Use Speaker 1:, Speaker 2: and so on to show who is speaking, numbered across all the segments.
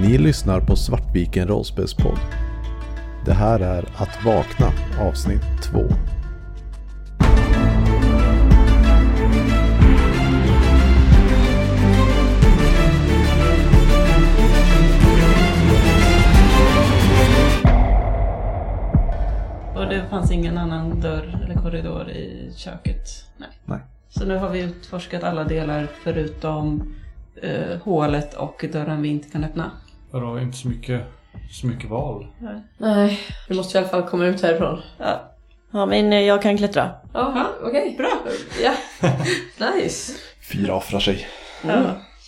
Speaker 1: Ni lyssnar på Svartviken rollspelspodd. Det här är Att vakna avsnitt 2.
Speaker 2: Och det fanns ingen annan dörr eller korridor i köket? Nej.
Speaker 1: Nej.
Speaker 2: Så nu har vi utforskat alla delar förutom eh, hålet och dörren vi inte kan öppna.
Speaker 3: Då har vi inte så mycket, så mycket val.
Speaker 4: Nej, vi måste i alla fall komma ut härifrån.
Speaker 2: Ja.
Speaker 5: Ja men eh, jag kan klättra.
Speaker 4: Ja, okej. Bra. Ja. Nice.
Speaker 1: Fyra offrar sig.
Speaker 2: ja.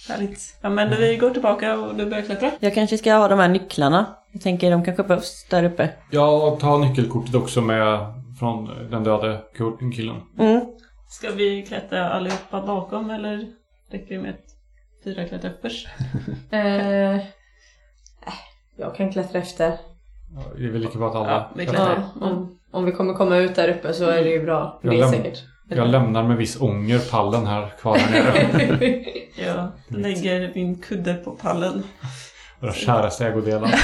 Speaker 2: Härligt. Ja men vi går tillbaka och du börjar klättra.
Speaker 5: Jag kanske ska ha de här nycklarna. Jag tänker de kanske behövs där uppe.
Speaker 3: Jag tar nyckelkortet också med från den döde kul- killen.
Speaker 5: Mm.
Speaker 2: Ska vi klättra allihopa bakom eller räcker det med att fyra klättrar först?
Speaker 4: Eh, äh, jag kan klättra efter.
Speaker 3: Det är väl lika bra att alla
Speaker 2: Ja, vi
Speaker 3: klättrar.
Speaker 2: klättrar.
Speaker 4: Ja, om, om vi kommer komma ut där uppe så är det ju bra. För
Speaker 3: Jag
Speaker 4: det är
Speaker 3: läm-
Speaker 4: säkert.
Speaker 3: Jag lämnar med viss ånger pallen här kvar här nere.
Speaker 2: Jag lägger min kudde på pallen.
Speaker 3: Våra käraste ägodelar.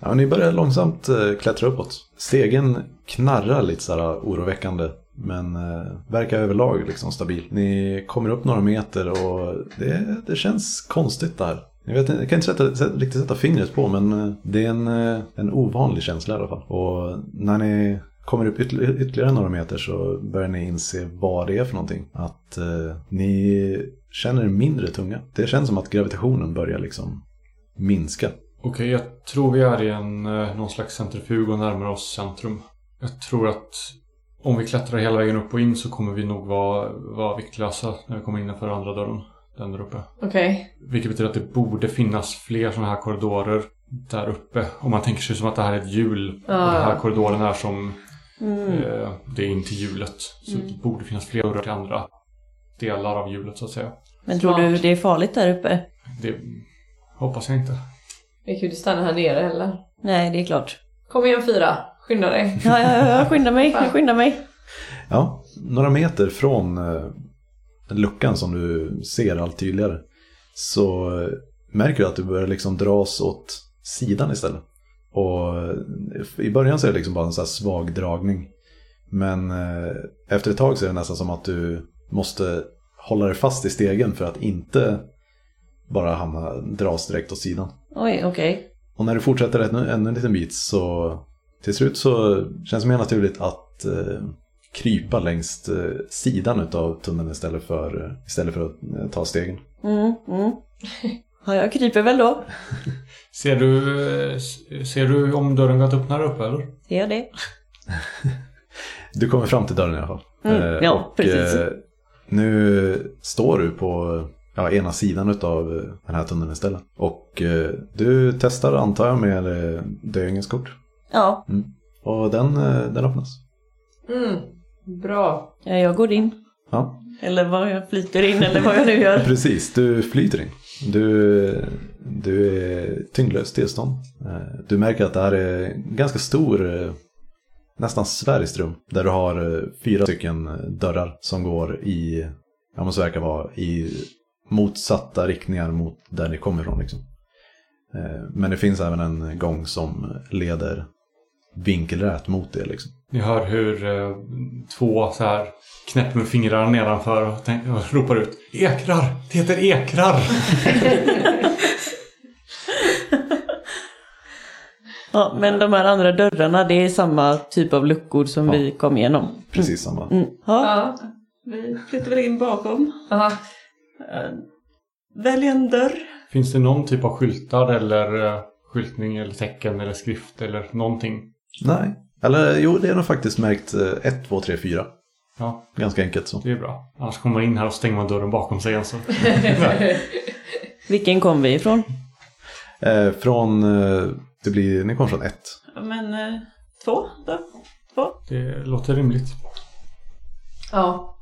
Speaker 1: Ja, ni börjar långsamt eh, klättra uppåt. Stegen knarrar lite så här eh, oroväckande. Men eh, verkar överlag liksom stabil. Ni kommer upp några meter och det, det känns konstigt där. Jag, vet, inte- jag kan inte sätta, sätta, riktigt sätta fingret på men eh, det är en, eh, en ovanlig känsla i alla fall. Och när ni kommer upp ytterligare, ytterligare några meter så börjar ni inse vad det är för någonting. Att eh, ni känner er mindre tunga. Det känns som att gravitationen börjar liksom minska.
Speaker 3: Okej, jag tror vi är i en, eh, någon slags centrifug och närmar oss centrum. Jag tror att om vi klättrar hela vägen upp och in så kommer vi nog vara, vara viktlösa när vi kommer innanför andra dörren. Den där uppe.
Speaker 4: Okej.
Speaker 3: Vilket betyder att det borde finnas fler sådana här korridorer där uppe. Om man tänker sig som att det här är ett hjul.
Speaker 4: Ja.
Speaker 3: Och den här korridoren är som eh, det är in till hjulet. Så det borde finnas fler dörrar till andra delar av hjulet så att säga.
Speaker 5: Men tror du det är farligt där uppe?
Speaker 3: Det hoppas jag inte.
Speaker 4: Vi kan ju inte stanna här nere heller.
Speaker 5: Nej, det är klart.
Speaker 4: Kom igen fyra. Skynda dig.
Speaker 5: Ja, ja, ja, ja skynda mig, jag skyndar mig.
Speaker 1: Ja, några meter från eh, luckan som du ser allt tydligare så eh, märker du att du börjar liksom dras åt sidan istället. Och eh, i början så är det liksom bara en så här svag dragning. Men eh, efter ett tag så är det nästan som att du måste hålla dig fast i stegen för att inte bara hamna, dras direkt åt sidan.
Speaker 5: Oj, okej.
Speaker 1: Och när du fortsätter ännu, ännu en liten bit så till slut så känns det mer naturligt att eh, krypa längs eh, sidan av tunneln istället för, eh, istället för att eh, ta stegen.
Speaker 5: Mm, mm. Ja, jag kryper väl då.
Speaker 3: Ser du, eh, s- ser du om dörren går att öppna där uppe eller?
Speaker 5: Ser jag det?
Speaker 1: Du kommer fram till dörren i alla fall.
Speaker 5: Mm,
Speaker 1: Eh,
Speaker 5: ja, precis.
Speaker 1: nu står du på ja, ena sidan av den här tunneln istället. Och eh, du testar antar jag med eh, döingens kort.
Speaker 5: Ja,
Speaker 1: Och den, eh, den öppnas.
Speaker 4: Mm. Bra.
Speaker 5: ja, jag går in.
Speaker 1: Ja,
Speaker 5: Eller vad jag flyter in eller vad jag nu gör.
Speaker 1: precis. Du flyter in. Du, du är tyngdlöst tillstånd. Eh, Du märker att det här är en ganska stor, eh, nästan sfäriskt rum. Där du har eh, fyra stycken eh, dörrar som går i, jag måste verkar vara i motsatta riktningar mot där ni kommer ifrån. Liksom. Eh, Men det finns även en gång som leder vinkelrätt mot det. Liksom.
Speaker 3: Ni hör hur eh, två så här knäpper med fingrarna nedanför och, tänk, och ropar ut Ekrar! Det heter ekrar!
Speaker 5: Ja, men de här andra dörrarna, det är samma typ av luckor som
Speaker 1: Ja.
Speaker 5: vi kom igenom.
Speaker 1: Precis samma.
Speaker 5: Mm. Ja.
Speaker 4: Ja.
Speaker 2: Vi flyttar väl in bakom.
Speaker 4: Aha.
Speaker 2: Eh, Välj en dörr.
Speaker 3: Finns det någon typ av skyltar eller eh, skyltning eller tecken eller skrift eller någonting?
Speaker 1: Nej. Eller jo, det är nog faktiskt märkt eh, 1, 2, 3, 4.
Speaker 3: Ja,
Speaker 1: Ganska enkelt så.
Speaker 3: det är bra. Annars kommer man in här och stänger man dörren bakom sig alltså.
Speaker 5: Vilken kom vi ifrån?
Speaker 1: Eh, från, eh, det blir, ni kommer från ett.
Speaker 2: Ja, Men eh, två då?
Speaker 3: Det låter rimligt.
Speaker 4: Ja.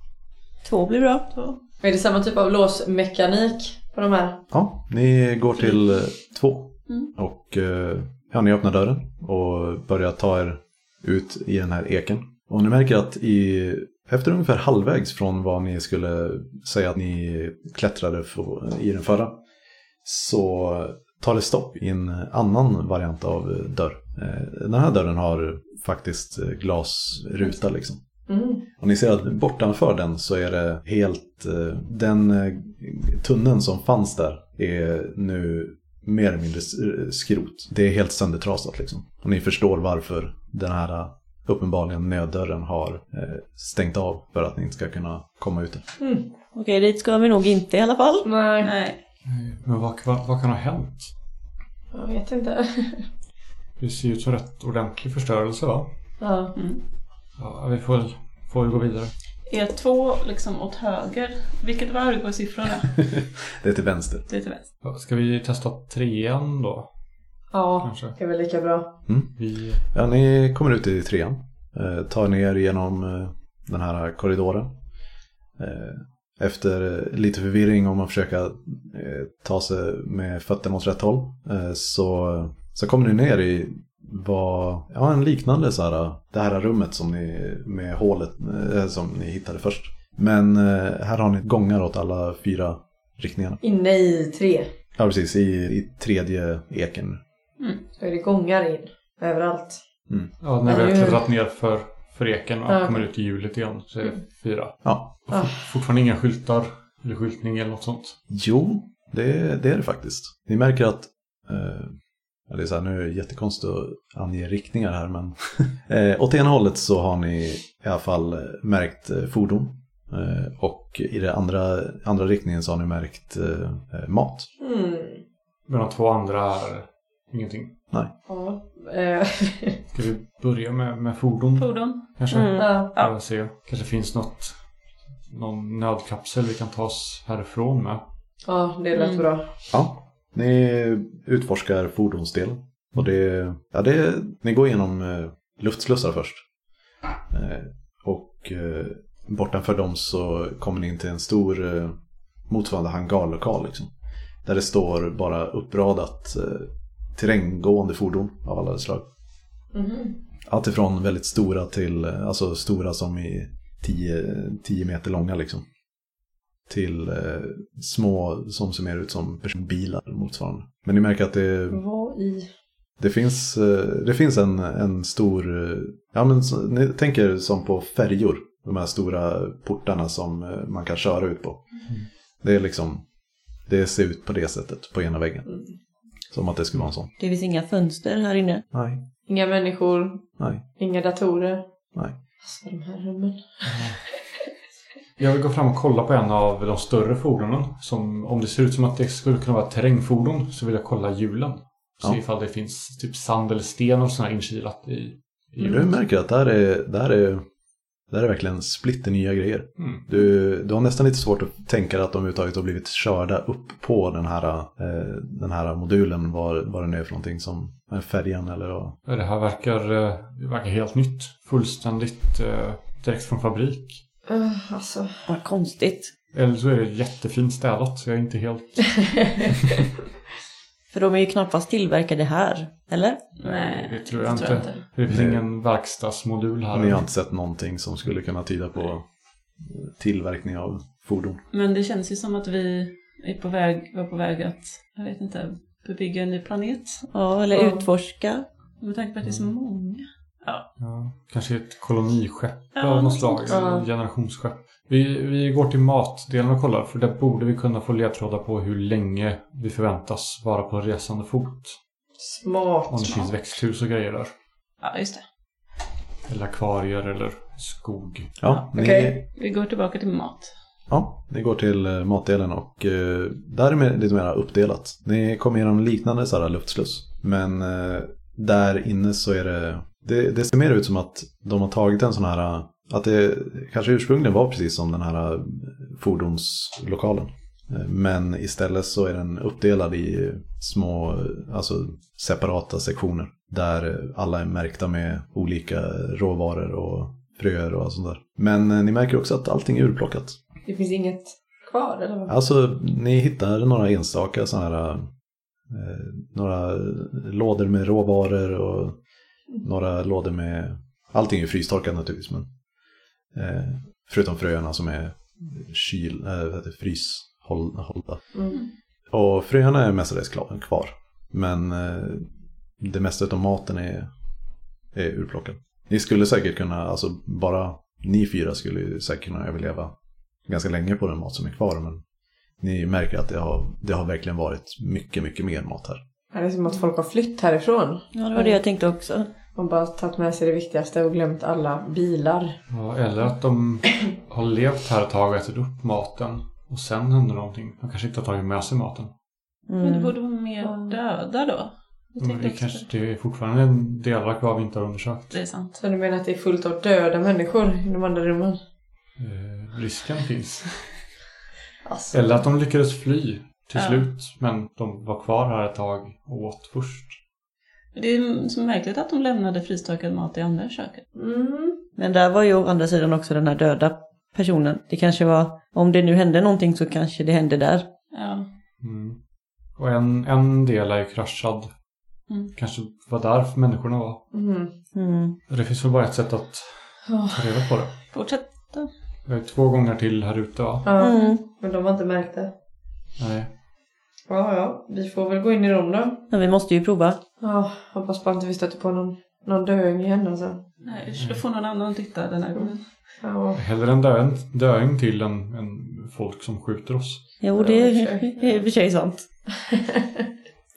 Speaker 5: Två blir bra.
Speaker 2: två.
Speaker 4: Är det samma typ av låsmekanik på de här?
Speaker 1: Ja, ni går till eh, två.
Speaker 2: Mm.
Speaker 1: Och eh, ja, ni öppnar dörren och börjar ta er ut i den här eken. Och ni märker att i, efter ungefär halvvägs från vad ni skulle säga att ni klättrade för, i den förra så tar det stopp i en annan variant av eh, dörr. Eh, Den här dörren har faktiskt eh, glasruta liksom.
Speaker 4: Mm.
Speaker 1: Och ni ser att bortanför den så är det helt... eh, Den eh, tunneln som fanns där är nu mer eller mindre s- eh, skrot. Det är helt söndertrasat liksom. Och ni förstår varför den här eh, uppenbarligen nöddörren har eh, stängt av för att ni inte ska kunna komma ut.
Speaker 5: Okej, dit ska vi nog inte i alla fall.
Speaker 4: Nej,
Speaker 2: Nej.
Speaker 3: Men vad, vad, vad kan ha hänt?
Speaker 4: jag vet inte.
Speaker 3: Det ser ut som rätt ordentlig förstörelse va?
Speaker 4: Ja.
Speaker 3: Ja, vi får väl får vi gå vidare.
Speaker 2: Er två liksom åt höger. Vilket var det går siffrorna?
Speaker 1: Det är till vänster.
Speaker 2: Det är till vänster.
Speaker 3: Ja, Ska vi testa trean då?
Speaker 4: ja,
Speaker 3: Kanske.
Speaker 4: det är väl lika bra.
Speaker 3: Vi...
Speaker 1: Ja, ni kommer ut i trean. Eh, tar ner genom eh, den här korridoren. Eh, efter eh, lite förvirring om att försöka eh, ta sig med fötterna åt rätt håll. Eh, så, så kommer ni ner i vad, ja, en liknande så här, det här rummet som ni, med hålet eh, som ni hittade först. Men eh, här har ni gångar åt alla fyra riktningarna.
Speaker 4: Inne i tre
Speaker 1: Ja, precis. I, i tredje eken.
Speaker 4: så är det gångar in överallt.
Speaker 3: Ja, när vi har
Speaker 4: Eller hur?
Speaker 3: klättrat ner för, för eken och
Speaker 4: Ja.
Speaker 3: kommer ut i hjulet igen så är det fyra.
Speaker 1: Ja,
Speaker 3: Och fort, fortfarande inga skyltar eller skyltning eller något sånt.
Speaker 1: Jo, det, det är det faktiskt. Ni märker att, eh, ja, det är så här, nu är det jättekonstigt att ange riktningar här, men eh, åt ena hållet så har ni i alla fall eh, märkt eh, fordon eh, och i den andra, andra riktningen så har ni märkt eh, eh, mat.
Speaker 4: Mm.
Speaker 3: Men de två andra är ingenting.
Speaker 4: Ja. eh,
Speaker 3: Ska vi börja med, med fordon
Speaker 2: Fordon.
Speaker 3: kanske?
Speaker 5: Mm.
Speaker 4: ja.
Speaker 2: Ja.
Speaker 3: Ja. Se. Kanske finns något, någon nödkapsel vi kan ta oss härifrån med.
Speaker 4: ja, det lät
Speaker 2: Mm.
Speaker 4: bra.
Speaker 1: Ja, ni utforskar fordonsdelen och det, ja, det, ni går igenom eh, luftslussar först. Eh, och eh, bortanför dem så kommer ni in till en stor eh, motsvarande hangarlokal liksom. Där det står bara uppradat eh, terränggående fordon av alla slag.
Speaker 4: Mhm.
Speaker 1: Alltifrån väldigt stora till, eh, alltså stora som i 10 10 meter långa liksom. Till eh, små som ser mer ut som personbilar motsvarande. Men ni märker att det,
Speaker 4: Vad i...
Speaker 1: det finns, eh, det finns en, en stor, eh, ja men så- ni tänker som på färjor. De här stora portarna som eh, man kan köra ut på. Det är liksom, det ser ut på det sättet på ena väggen.
Speaker 4: Mm.
Speaker 1: Som att det skulle vara en sån.
Speaker 5: Det finns inga fönster här inne.
Speaker 1: Nej,
Speaker 4: Inga människor,
Speaker 1: nej,
Speaker 4: inga datorer.
Speaker 1: nej.
Speaker 4: Alltså de här rummen.
Speaker 3: Jag vill gå fram och kolla på en av de större fordonen. Som, om det ser ut som att det skulle kunna vara terrängfordon så vill jag kolla hjulen. Se
Speaker 1: Ja.
Speaker 3: ifall det finns typ sand eller sten och sådana inkilat i, i
Speaker 1: Du
Speaker 3: hjulet.
Speaker 1: märker att det här är, det här är, det här är verkligen splitternya grejer.
Speaker 3: Mm.
Speaker 1: Du, du har nästan lite svårt att tänka dig att de överhuvudtaget har blivit körda upp på den här, eh, den här modulen, vad, vad den är för någonting, som eh, färjan eller vad.
Speaker 3: Ja, Det här verkar, eh, det verkar helt nytt. Fullständigt eh, direkt från fabrik.
Speaker 4: Uh, alltså.
Speaker 5: Vad konstigt.
Speaker 3: Eller så är det jättefint städat så jag är inte helt...
Speaker 5: För de är ju knappast tillverkade här, eller?
Speaker 2: Nej,
Speaker 3: det tror jag inte. Det finns
Speaker 1: Nej.
Speaker 3: ingen verkstadsmodul här.
Speaker 1: Ni har inte sett någonting som skulle kunna tyda på tillverkning av fordon.
Speaker 2: Men det känns ju som att vi är på väg, var på väg att, jag vet inte, bebygga en ny planet.
Speaker 5: Ja, eller
Speaker 2: Ja.
Speaker 5: utforska.
Speaker 2: Med tanke på att det är
Speaker 3: Mm.
Speaker 2: så många.
Speaker 3: Ja, kanske ett koloniskepp
Speaker 2: Ja,
Speaker 3: av något
Speaker 2: något
Speaker 3: slag.
Speaker 2: sånt.
Speaker 3: eller
Speaker 4: Ja.
Speaker 3: Generationsskepp. Vi, vi går till matdelen och kollar för där borde vi kunna få ledtrådar på hur länge vi förväntas vara på resande fot.
Speaker 4: Smart.
Speaker 3: Om det finns växthus och grejer där.
Speaker 2: Ja, just det.
Speaker 3: Eller akvarier eller skog.
Speaker 1: Ja, ni,
Speaker 4: Okej.
Speaker 2: Vi går tillbaka till mat.
Speaker 1: ja, ni går till eh, matdelen och eh, där är det lite mer uppdelat. Ni kommer igenom liknande så här luftsluss, men eh, där inne så är det, det, det ser mer ut som att de har tagit en sån här, eh, att det kanske ursprungligen var precis som den här fordonslokalen. Eh, Men istället så är den uppdelad i små, eh, alltså separata sektioner. Där eh, alla är märkta med olika råvaror och fröer och allt sånt där. Men eh, ni märker också att allting är urplockat.
Speaker 4: Det finns inget kvar eller vad?
Speaker 1: Alltså, ni hittar några enstaka sådana här, eh, några lådor med råvaror och några lådor med, allting är frystorkat naturligtvis, men eh, förutom fröerna som är kyl, eh, vad heter det, fryshållda.
Speaker 4: Mm.
Speaker 1: Och fröerna är mestadels kla- kvar. Men eh, det mesta utav maten är, är urplockad. Ni skulle säkert kunna, alltså bara ni fyra skulle ju säkert kunna överleva ganska länge på den mat som är kvar. Men ni märker att det har, det har verkligen varit mycket, mycket mer mat här.
Speaker 4: Ja, Det är som att folk har flytt härifrån.
Speaker 5: Ja, det var det jag tänkte också.
Speaker 4: Och bara tagit med sig det viktigaste och glömt alla bilar.
Speaker 3: Ja, eller att de har levt här ett tag och ätit upp maten. Och sen händer någonting. De kanske inte har tagit med sig maten.
Speaker 2: Men det
Speaker 5: Mm.
Speaker 2: borde vara mer döda då. Jag
Speaker 3: Men
Speaker 2: tänkte
Speaker 3: Mm, det,
Speaker 2: också
Speaker 3: kanske, det är fortfarande en delar kvar vi inte har undersökt.
Speaker 2: det är sant.
Speaker 4: Så du menar att det är fullt av döda människor i de andra rummen?
Speaker 3: Eh, risken finns.
Speaker 4: Alltså.
Speaker 3: Eller att de lyckades fly till
Speaker 2: Ja.
Speaker 3: slut. Men de var kvar här ett tag och åt först.
Speaker 2: Det är så märkligt att de lämnade fristökad mat i andra köket.
Speaker 4: Mm.
Speaker 5: Men där var ju å andra sidan också den här döda personen. Det kanske var, om det nu hände någonting så kanske det hände där.
Speaker 2: Ja.
Speaker 3: Mm. Och en, en del är ju kraschad.
Speaker 2: Mm.
Speaker 3: Kanske var därför människorna var.
Speaker 4: Mm.
Speaker 5: Mm.
Speaker 3: Det finns väl bara ett sätt att
Speaker 4: Ja.
Speaker 3: ta reda på det.
Speaker 2: Fortsätt då.
Speaker 3: Vi har ju två gånger till här ute va?
Speaker 4: Ja,
Speaker 5: Mm.
Speaker 4: men de var inte märkta.
Speaker 3: Nej.
Speaker 4: Ja, ja, vi får väl gå in i dem då.
Speaker 5: Men vi måste ju prova.
Speaker 4: Ja, hoppas bara inte vi stöter på någon, någon döing igen alltså.
Speaker 2: Nej, usch, då får någon annan titta den här gången.
Speaker 4: Ja,
Speaker 3: Hellre en döing, döing till än, än folk som skjuter oss.
Speaker 5: Jo, det är är i och för sig sant.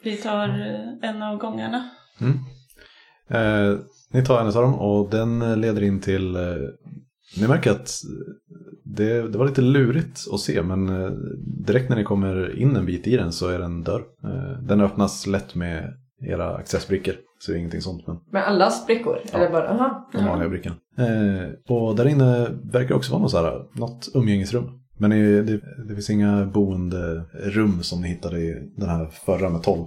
Speaker 2: Vi tar eh, en av gångarna.
Speaker 1: Eh, ni tar en av dem och den eh, leder in till... Eh, ni märker att eh, det, det var lite lurigt att se men eh, direkt när ni kommer in en bit i den så är det en dörr. Eh, den öppnas lätt med era accessbrickor. Så det är ingenting sånt men
Speaker 4: med alla sprickor?
Speaker 1: Ja.
Speaker 4: Eller bara, aha.
Speaker 1: de vanliga brickorna. Eh, och där inne verkar också vara något, så här, något umgängesrum. Men det, det, det finns inga boenderum som ni hittade i den här förra med 12.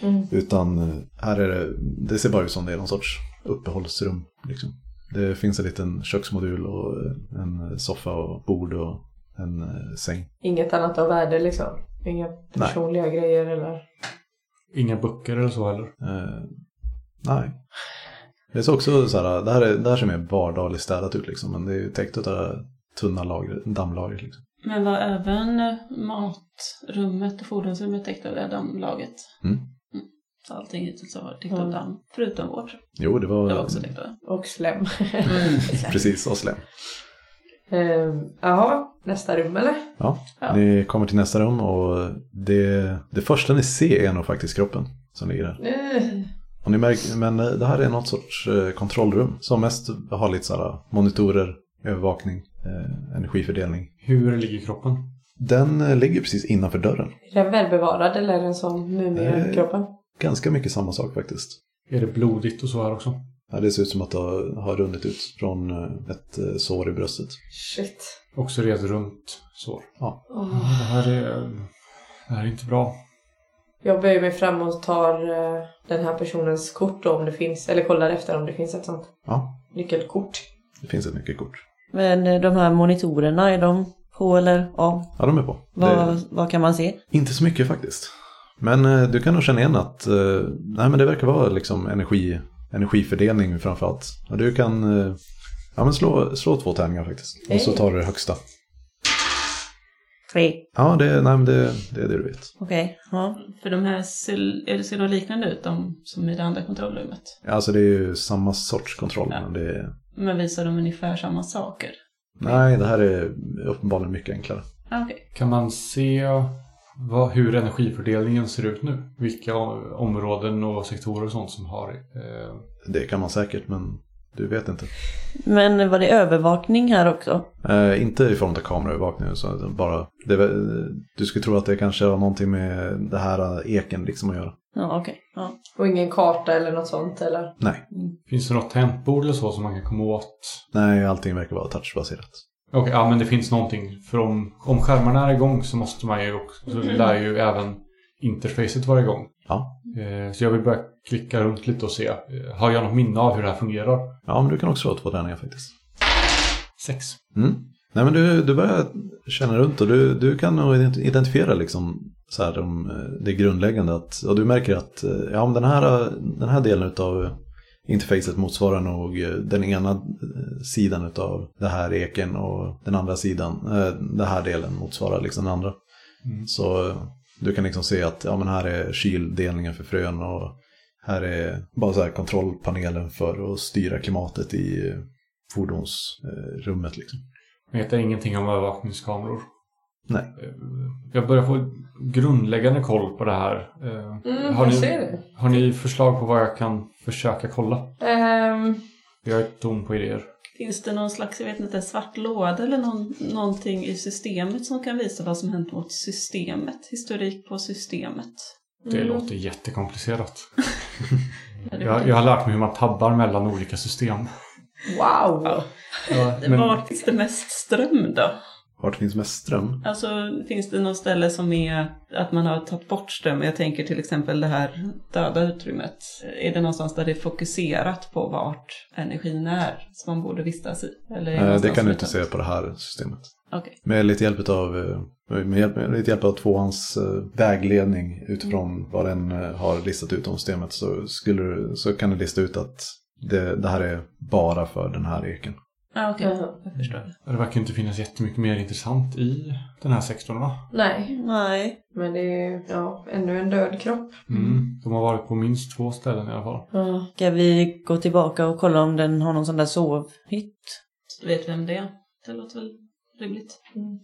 Speaker 4: Mm.
Speaker 1: Utan eh, här är det, det ser bara ut som det är någon sorts uppehållsrum. Liksom. Det finns en liten köksmodul och eh, en soffa och bord och en eh, säng.
Speaker 4: Inget annat av värde liksom? Inga personliga grejer eller?
Speaker 3: Inga böcker eller så heller.
Speaker 1: Eh, nej. Det ser också så här, det här, är, det här ser mer vardagligt städat ut liksom. Men det är ju täckt av det här tunna lager, dammlager. Liksom.
Speaker 2: Men var även eh, matrummet och fordonsrummet täckt av det här dammlaget?
Speaker 1: Mm.
Speaker 2: Så allting typ hittills har varit täckt
Speaker 4: Mm.
Speaker 2: av damm. Förutom vårt.
Speaker 1: Jo, det var,
Speaker 2: Det var också täckt av damm.
Speaker 4: Och slem.
Speaker 1: precis och slem.
Speaker 4: Ehm, Jaha, nästa rum eller?
Speaker 1: Ja.
Speaker 2: Ja.
Speaker 1: Ni kommer till nästa rum och det, det första ni ser är nog faktiskt kroppen som ligger där.
Speaker 4: Eh,
Speaker 1: Och ni märker, men eh, det här är något sorts eh, kontrollrum som mest har lite sådana monitorer, övervakning, eh, energifördelning.
Speaker 3: Hur ligger kroppen?
Speaker 1: Den eh, ligger precis innanför dörren.
Speaker 4: Är den välbevarad eller är den som mumiekroppen?
Speaker 1: Ganska mycket samma sak faktiskt.
Speaker 3: Är det blodigt och så här också?
Speaker 1: Ja, det ser ut som att det har har runnit ut från eh, ett eh, sår i bröstet.
Speaker 4: Shit.
Speaker 3: Också det är ett runt sår. Ja,
Speaker 4: Åh.
Speaker 3: det här är... Det här är inte bra.
Speaker 4: Jag böjer mig fram och tar eh, den här personens kort då, om det finns, eller kollar efter om det finns ett sånt
Speaker 1: Ja,
Speaker 4: nyckelkort.
Speaker 1: det finns ett nyckelkort.
Speaker 5: Men eh, de här monitorerna, är de på eller av?
Speaker 1: Ja, de är på.
Speaker 5: Vad,
Speaker 1: Det,
Speaker 5: vad kan man se?
Speaker 1: inte så mycket faktiskt. Men eh, du kan nog känna igen att eh, nej, men det verkar vara liksom energi, energifördelning framförallt. Och du kan eh, ja, men slå, slå två tärningar faktiskt. Och så tar du det högsta.
Speaker 5: Tre.
Speaker 1: Ja, det, nej, men det, det är det du vet.
Speaker 5: Okej. Ja.
Speaker 2: För de här ser, eller ser de liknande ut de som i det andra kontrollrummet?
Speaker 1: Alltså det är ju samma sorts kontroll.
Speaker 2: Ja.
Speaker 1: Men det är...
Speaker 2: Men visar de ungefär samma saker?
Speaker 1: Nej, det här är uppenbarligen mycket enklare.
Speaker 2: Ah, Okej.
Speaker 3: Kan man se vad, hur energifördelningen ser ut nu? Vilka o- områden och sektorer och sånt som har... Eh,
Speaker 1: Det kan man säkert, men du vet inte.
Speaker 5: Men var det övervakning här också?
Speaker 1: Eh, inte i form av kameraövervakning, så att det bara... Det, är väl- du skulle tro att det kanske har någonting med det här eken liksom att göra.
Speaker 5: Ja, okej. Ja.
Speaker 4: Och ingen karta eller något sånt eller?
Speaker 1: Nej,
Speaker 3: finns det något tangentbord eller så som man kan komma åt?
Speaker 1: nej, allting verkar vara touchbaserat.
Speaker 3: Okej, ja men det finns någonting. För om, om skärmarna är igång så måste man ju också... Så lär ju även interfacet vara igång.
Speaker 1: Ja.
Speaker 3: Eh, så jag vill börja klicka runt lite och se. Eh, har jag något minne av hur det här fungerar?
Speaker 1: Ja, men du kan också slå två tärningar faktiskt.
Speaker 3: Sex.
Speaker 1: Mm. Nej, men du, du börjar känna runt och du, du kan nog ident- identifiera liksom så här de, eh, det grundläggande. Att, och du märker att eh, ja, om den, här, eh, den här delen av interfacet motsvarar nog eh, den ena eh, sidan av det här eken och den andra sidan, eh, den här delen motsvarar liksom den andra.
Speaker 3: Mm.
Speaker 1: Så eh, Du kan liksom se att ja, men här är kyldelningen för frön och här är bara så här kontrollpanelen för att styra klimatet i eh, fordonsrummet. Liksom.
Speaker 3: Jag vet ingenting om övervakningskameror.
Speaker 1: Nej.
Speaker 3: Eh, Jag börjar få grundläggande koll på det här. Eh,
Speaker 4: Mm,
Speaker 3: har,
Speaker 4: jag
Speaker 3: ni,
Speaker 4: ser det.
Speaker 3: har ni förslag på vad jag kan försöka kolla?
Speaker 4: Ehm,
Speaker 3: Jag är tom på idéer.
Speaker 2: Finns det någon slags, jag vet inte, svart låda eller någon, någonting i systemet som kan visa vad som hänt mot systemet? Historik på systemet?
Speaker 3: Det
Speaker 4: mm.
Speaker 3: låter jättekomplicerat.
Speaker 2: Eller-
Speaker 3: Jag, jag har lärt mig hur man tabbar mellan olika system.
Speaker 4: Wow!
Speaker 2: Ja.
Speaker 3: Ja, men,
Speaker 2: Vart finns det mest ström då?
Speaker 1: Vart finns mest ström?
Speaker 2: Alltså finns det något ställe som är att man har tagit bort ström? Jag tänker till exempel det här döda utrymmet. Eh, Är det någonstans där det är fokuserat på vart energin är som man borde vistas i? Eller är
Speaker 1: Eh, Det
Speaker 2: någonstans
Speaker 1: kan du
Speaker 2: som
Speaker 1: inte
Speaker 2: är
Speaker 1: se
Speaker 2: tomt?
Speaker 1: på det här systemet.
Speaker 2: Okej.
Speaker 1: Med lite hjälp av, eh, med hjälp, med lite hjälp av tvåans eh, vägledning utifrån vad den eh, har listat ut om systemet så, skulle, du- så kan du lista ut att det, det här är bara för den här eken.
Speaker 2: Ah, okej.
Speaker 4: Jaha.
Speaker 2: Jag förstår.
Speaker 3: det verkar inte finnas jättemycket mer intressant i den här sektorn va?
Speaker 4: Nej,
Speaker 5: Nej.
Speaker 4: men det är ja, ännu en död kropp.
Speaker 3: Mm. De har varit på minst två ställen i alla fall.
Speaker 4: Ja.
Speaker 5: Ska vi gå tillbaka och kolla om den har någon sån där sovhytt?
Speaker 2: Så du vet vem det är? Det låter väl rimligt.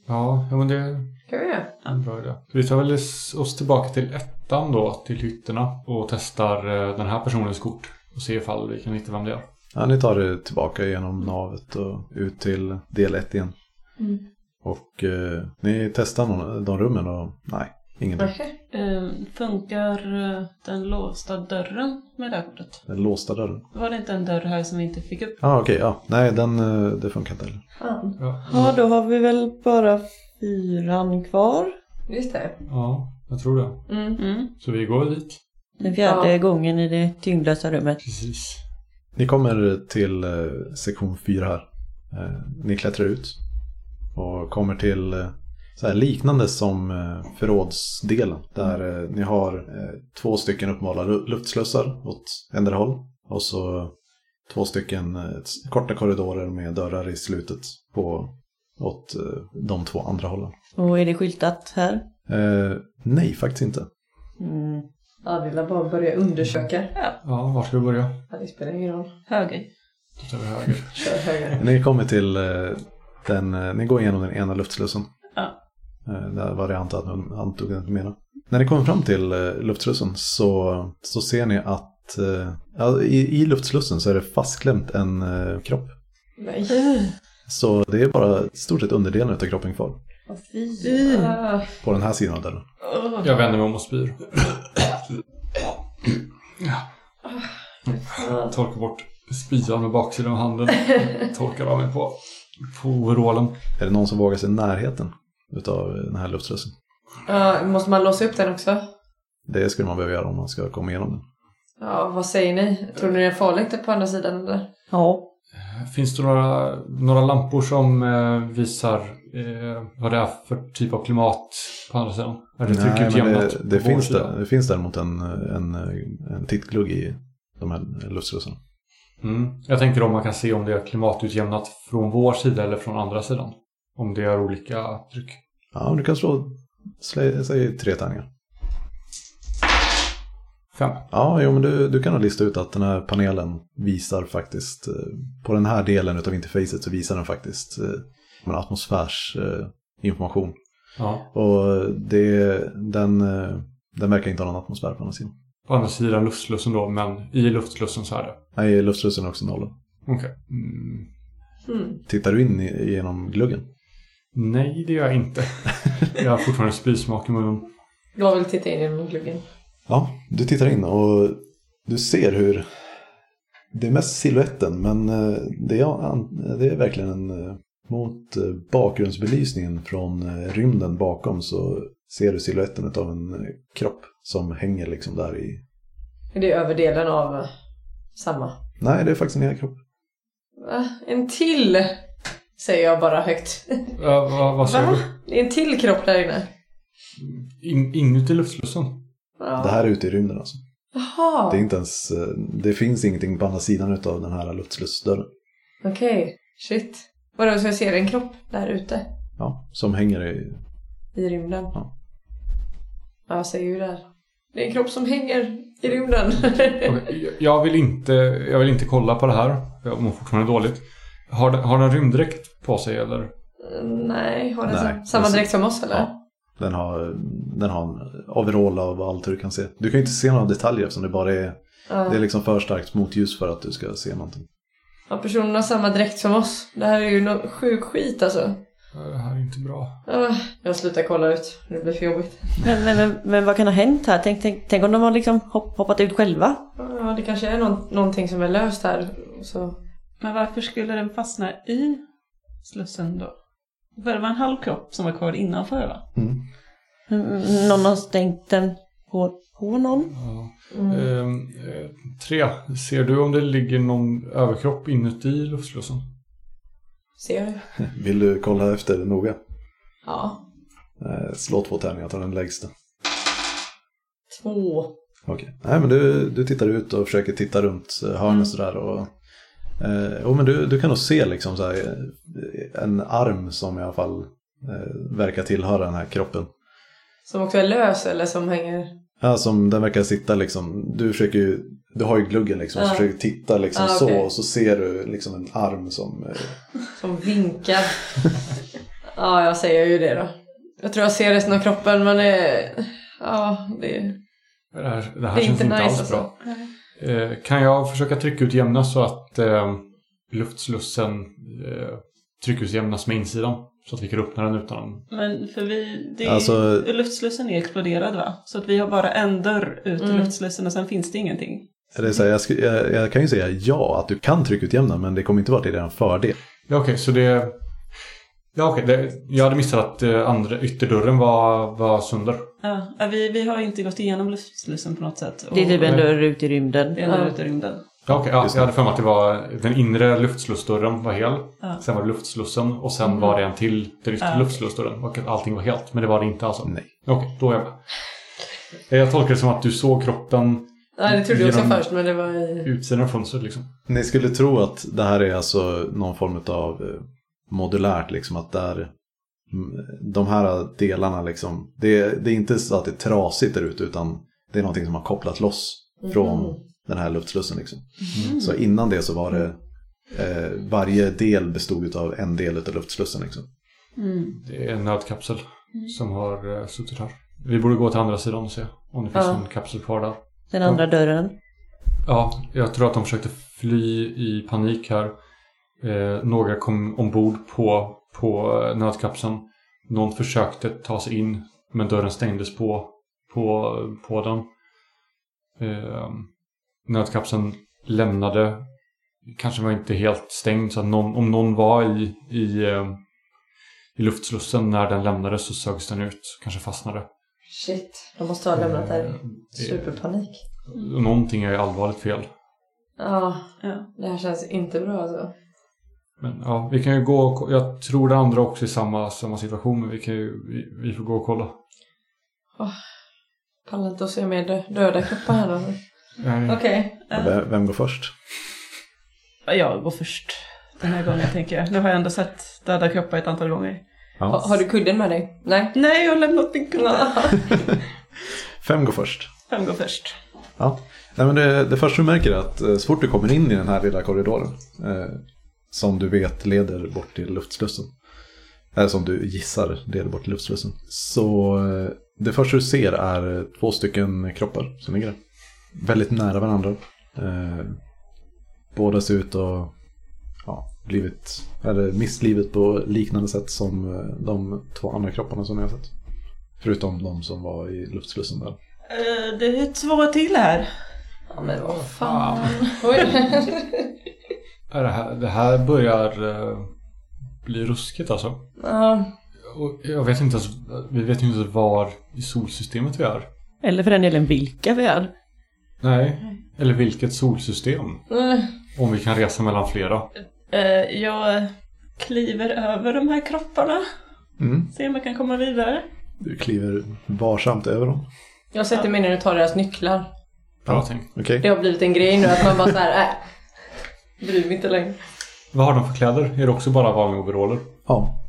Speaker 3: Ja, ja men det är
Speaker 4: Kan vi göra?
Speaker 3: en bra idé. Vi tar väl oss tillbaka till ettan då, till hytterna och testar eh, den här personens kort och ser ifall vi kan hitta vem det är.
Speaker 1: Ja, ni tar det tillbaka genom navet och ut till del 1 igen.
Speaker 4: Mm.
Speaker 1: Och eh, ni testar någon, de rummen och nej, ingenting.
Speaker 4: Nähä.
Speaker 2: Ehm, funkar eh, den låsta dörren med det här kortet?
Speaker 1: Den låsta dörren.
Speaker 2: Var det inte en dörr här som vi inte fick upp?
Speaker 1: Ja, ah, okej. ja. Nej, den, eh, det funkar inte heller.
Speaker 4: Fan.
Speaker 3: Ja,
Speaker 5: Ja, då har vi väl bara fyran kvar.
Speaker 4: Just det.
Speaker 3: ja jag tror det.
Speaker 4: Mm.
Speaker 2: Mm.
Speaker 3: Så vi går dit.
Speaker 5: Den fjärde
Speaker 4: Ja.
Speaker 5: gången i det tyngdlösa rummet.
Speaker 3: Precis.
Speaker 1: Ni kommer till eh, sektion 4 här. Eh, Ni klättrar ut och kommer till eh, så här, liknande som eh, förrådsdelen. Där eh, ni har eh, två stycken uppmålade lu- luftslussar åt ändra håll. Och så två stycken eh, s- korta korridorer med dörrar i slutet på, åt eh, de två andra hållen.
Speaker 5: Och är det skyltat här?
Speaker 1: Eh, nej, faktiskt inte.
Speaker 5: Mm.
Speaker 4: Ja, det är bara att börja undersöka.
Speaker 3: Ja, var ska vi börja?
Speaker 4: Ja, det spelar ingen roll.
Speaker 2: Höger.
Speaker 3: Då tar vi höger.
Speaker 4: Kör höger.
Speaker 1: Ni kommer till eh, den, eh, ni går igenom den ena luftslussen.
Speaker 2: Ja.
Speaker 1: Eh, Det var det jag antog, antog att du menade. När ni kommer fram till eh, luftslussen så, så ser ni att eh, ja, i, i luftslussen så är det fastklämt en eh, kropp.
Speaker 4: Nej.
Speaker 1: Så det är bara i stort sett underdelen av kroppen kvar.
Speaker 5: Vad fint.
Speaker 4: Ah,
Speaker 1: På den här sidan av dörren.
Speaker 2: Åh,
Speaker 3: Jag vänder mig om och spyr.
Speaker 4: fan.
Speaker 3: Torkar bort spyan med baksidan av handen. Torkar av mig på, på overallen.
Speaker 1: Är det någon som vågar sig i närheten utav eh, den här luftslussen?
Speaker 4: Ja, måste man låsa upp den också?
Speaker 1: Det skulle man behöva göra om man ska komma igenom den.
Speaker 4: Ja, vad säger ni? Tror ni det är farligt på andra sidan eller?
Speaker 5: Ja.
Speaker 3: Finns det några, några lampor som eh, visar eh, vad det är för typ av klimat på andra sidan? Är det trycket
Speaker 1: men
Speaker 3: jämnat?
Speaker 1: det,
Speaker 3: på
Speaker 1: det,
Speaker 3: vår
Speaker 1: finns
Speaker 3: sida?
Speaker 1: det, det finns däremot en, eh, en, en tittglugg i de här luftslussarna.
Speaker 3: Mm. Jag tänker om man kan se om det är klimatutjämnat från vår sida eller från andra sidan. Om det är olika tryck.
Speaker 1: Ja, men du kan slå, slä, säg tre tärningar.
Speaker 3: Fem.
Speaker 1: Ja, jo, men du, du kan ha listat ut att den här panelen visar faktiskt, eh, på den här delen av interfacet så visar den faktiskt eh, en atmosfärsinformation.
Speaker 3: Ja.
Speaker 1: Och eh, det, den, eh, den verkar inte ha någon atmosfär på andra sidan.
Speaker 3: På andra sidan luftslussen då, men i luftslussen så är det.
Speaker 1: Nej, luftslussen är också nollen.
Speaker 3: Okej. Mm.
Speaker 4: Mm.
Speaker 1: Tittar du in i- genom gluggen?
Speaker 3: Nej, det gör jag inte. jag har fortfarande spysmak i munnen.
Speaker 4: Jag vill titta in genom gluggen.
Speaker 1: Ja, du tittar in och du ser hur... Det är mest siluetten, men eh, det är, an- det är verkligen en... eh, Mot eh, bakgrundsbelysningen från eh, rymden bakom så ser du siluetten av en eh, kropp som hänger liksom där i...
Speaker 4: Är det överdelen av eh, samma?
Speaker 1: Nej, det är faktiskt en hel kropp.
Speaker 4: Va? En till! Säger jag bara högt.
Speaker 3: Äh, vad, vad säger
Speaker 4: Va?
Speaker 3: du?
Speaker 4: Det är en till kropp där inne.
Speaker 3: In, inuti luftslussen?
Speaker 4: Ja.
Speaker 1: Det här är ute i rymden alltså.
Speaker 4: Jaha.
Speaker 1: Det är inte ens... eh, Det finns ingenting på andra sidan utav den här luftslussdörren.
Speaker 4: Okej. Shit. Vadå, så jag ser en kropp där ute?
Speaker 1: Ja, som hänger i...
Speaker 4: I rymden? Ja, jag ser ju där. Det är en kropp som hänger i rymden.
Speaker 3: Okej, jag- Jag vill, inte, jag vill inte kolla på det här. Jag mår fortfarande dåligt. Har den, har den rymddräkt på sig eller?
Speaker 4: Nej, har den
Speaker 1: Nej,
Speaker 4: samma
Speaker 1: det ser-
Speaker 4: dräkt som oss eller?
Speaker 1: Ja. Den har, den har en overall av allt du kan se. Du kan ju inte se några detaljer eftersom det bara är,
Speaker 4: Ja.
Speaker 1: det är liksom för starkt motljus för att du ska se någonting.
Speaker 4: ja, personen har samma dräkt som oss. Det här är ju någon sjuk skit alltså.
Speaker 3: Eh, Det här är inte bra.
Speaker 4: Ah, Jag slutar kolla ut. Det blir för jobbigt.
Speaker 5: Men, men, men, men vad kan ha hänt här? Tänk, tänk, tänk om de har liksom hopp, hoppat ut själva?
Speaker 4: Ja, det kanske är någon, någonting som är löst här. Så.
Speaker 2: Men varför skulle den fastna i slussen då? För det var en halv kropp som var kvar innanför va?
Speaker 5: Mm, Någon har stängt den på, på någon?
Speaker 3: Ja.
Speaker 4: Mm.
Speaker 3: Ehm, eh, tre. Ser du om det ligger någon överkropp inuti luftslussen?
Speaker 4: Ser du?
Speaker 1: Vill du kolla efter det noga?
Speaker 4: Ja.
Speaker 1: Eh, Slå två tärningar, ta den lägsta.
Speaker 4: Två.
Speaker 1: Okej. Nej men du, du tittar ut och försöker titta runt eh, hörnen
Speaker 4: Mm.
Speaker 1: sådär. Och, eh, oh, men du, du kan nog se liksom så här, eh, en arm som i alla fall eh, verkar tillhöra den här kroppen.
Speaker 4: Som också är lös eller som hänger...
Speaker 1: Ja, som den verkar sitta liksom. Du försöker ju, du har ju gluggen liksom.
Speaker 4: Ja.
Speaker 1: Så försöker titta liksom
Speaker 4: Ja,
Speaker 1: så
Speaker 4: okej.
Speaker 1: och så ser du liksom en arm som... eh,
Speaker 4: Som vinkar. ja, jag säger ju det då. Jag tror jag ser resten av kroppen men det... Ja, det,
Speaker 3: Det här, det här
Speaker 4: det är
Speaker 3: känns
Speaker 4: inte
Speaker 3: inte,
Speaker 4: nice
Speaker 3: alls
Speaker 4: alltså.
Speaker 3: bra. Eh, kan jag försöka tryckutjämna så att eh, luftslussen eh, tryckutjämnas med insidan? Så att vi kan öppna den utan den.
Speaker 2: Men för vi, det är,
Speaker 1: Alltså-
Speaker 2: luftslussen är exploderad va? Så att vi har bara en dörr ut ur
Speaker 4: Mm.
Speaker 2: luftslussen och sen finns det ingenting.
Speaker 1: Eller så här, jag, sku- jag, jag kan ju säga ja, att du kan tryckutjämna men det kommer inte vara till din fördel.
Speaker 3: Ja, okej, så det... Ja, okej. det- jag hade missat att eh, andra, ytterdörren var, var sönder.
Speaker 2: Ja, ja, vi, vi har inte gått igenom luftslussen på något sätt. Och
Speaker 5: Det är typ en
Speaker 3: Nej.
Speaker 5: dörr ut i rymden.
Speaker 2: det är en dörr
Speaker 4: Ja.
Speaker 2: ut i rymden.
Speaker 3: Ja, okej, ja,
Speaker 1: Just det.
Speaker 3: jag hade för mig att det var den inre luftslussdörren var hel.
Speaker 2: Ja. Mm-hmm.
Speaker 3: Sen var det luftslussen och sen var det en till, den yttre
Speaker 2: Ja.
Speaker 3: luftslussdörren. Och att allting var helt, men det var det inte alltså.
Speaker 1: Nej.
Speaker 3: Okej, då är jag med. Eh, Jag tolkar det som att du såg kroppen
Speaker 4: Nej, det trodde jag också
Speaker 3: Genom-
Speaker 4: först men det var i...
Speaker 3: utsidan av fönstret liksom.
Speaker 1: Ni skulle tro att det här är alltså någon form av modulärt, liksom att där mm, de här delarna liksom, det, det är inte så att det är trasigt där ute utan det är någonting som har kopplat loss från
Speaker 4: Mhm.
Speaker 1: den här luftslussen. Liksom. Så innan det så var det, eh, varje del bestod av en del av luftslussen. Liksom.
Speaker 2: Mm.
Speaker 3: Det är en nödkapsel som har eh, suttit här. Vi borde gå till andra sidan och se om det finns
Speaker 4: Ja.
Speaker 3: någon kapsel kvar där.
Speaker 5: Den andra dörren.
Speaker 3: Ja, jag tror att de försökte fly i panik här. Eh, några kom ombord på, på eh, nödkapseln. Någon försökte ta sig in men dörren stängdes på, på, på den. Eh, nödkapseln lämnade. Kanske var inte helt stängd så att någon, om någon var i, i, eh, i luftslussen när den lämnade så sögs den ut. Kanske fastnade.
Speaker 4: Shit, de måste ha lämnat
Speaker 3: Eh,
Speaker 4: där.
Speaker 3: eh,
Speaker 4: Superpanik.
Speaker 3: Någonting är allvarligt fel.
Speaker 4: Ja,
Speaker 2: Ja.
Speaker 4: det här känns inte bra alltså.
Speaker 5: Mm.
Speaker 3: Men ja, vi kan ju gå och ko- Jag tror det andra också är samma, samma situation, men vi, kan ju, vi, vi får gå och kolla.
Speaker 4: Pallar inte att se mer dö- döda kroppar här alltså.
Speaker 3: Nej,
Speaker 4: Okej.
Speaker 2: Ja.
Speaker 1: Vem, vem går först?
Speaker 2: Ja, Jag går först den här gången tänker jag. Nu har jag ändå sett döda kroppar ett antal gånger.
Speaker 4: Ha, har du kudden med dig? Nej.
Speaker 2: Nej, jag har lämnat min kudde.
Speaker 1: Fem går först.
Speaker 2: Fem går först.
Speaker 1: Ja. Nej, men det, det första du märker är att eh, så fort du kommer in i den här lilla korridoren eh, som du vet leder bort till luftslussen, eller som du gissar leder bort till luftslussen, så eh, det första du ser är eh, två stycken kroppar som ligger där. Väldigt nära varandra. Eh, båda ser ut att ja, blivit, eller mist livet på liknande sätt som eh, de två andra kropparna som jag har sett. Förutom de som var i luftslussen där.
Speaker 2: Eh, Det är två till här.
Speaker 4: Ja, men vad fan.
Speaker 3: fan.
Speaker 4: Oj.
Speaker 3: Ja, Det här, det här börjar eh, bli ruskigt alltså.
Speaker 4: Ja,
Speaker 3: Och jag vet inte ens, vi vet ju inte ens var i solsystemet vi är.
Speaker 5: Eller för den delen vilka vi är.
Speaker 3: Nej, eller vilket solsystem.
Speaker 4: mm.
Speaker 3: Om vi kan resa mellan flera.
Speaker 2: Eh, Jag kliver över de här kropparna.
Speaker 1: Mm.
Speaker 2: Se om jag kan komma vidare.
Speaker 1: Du kliver varsamt över dem.
Speaker 4: Jag sätter mig ner och tar deras nycklar.
Speaker 3: Bra
Speaker 1: Ja.
Speaker 3: tänkt.
Speaker 1: Okej.
Speaker 4: Det har blivit en grej nu att man bara såhär, äh, bryr mig inte längre.
Speaker 3: Vad har de för kläder? Är det också bara vanliga overaller?
Speaker 1: Ja.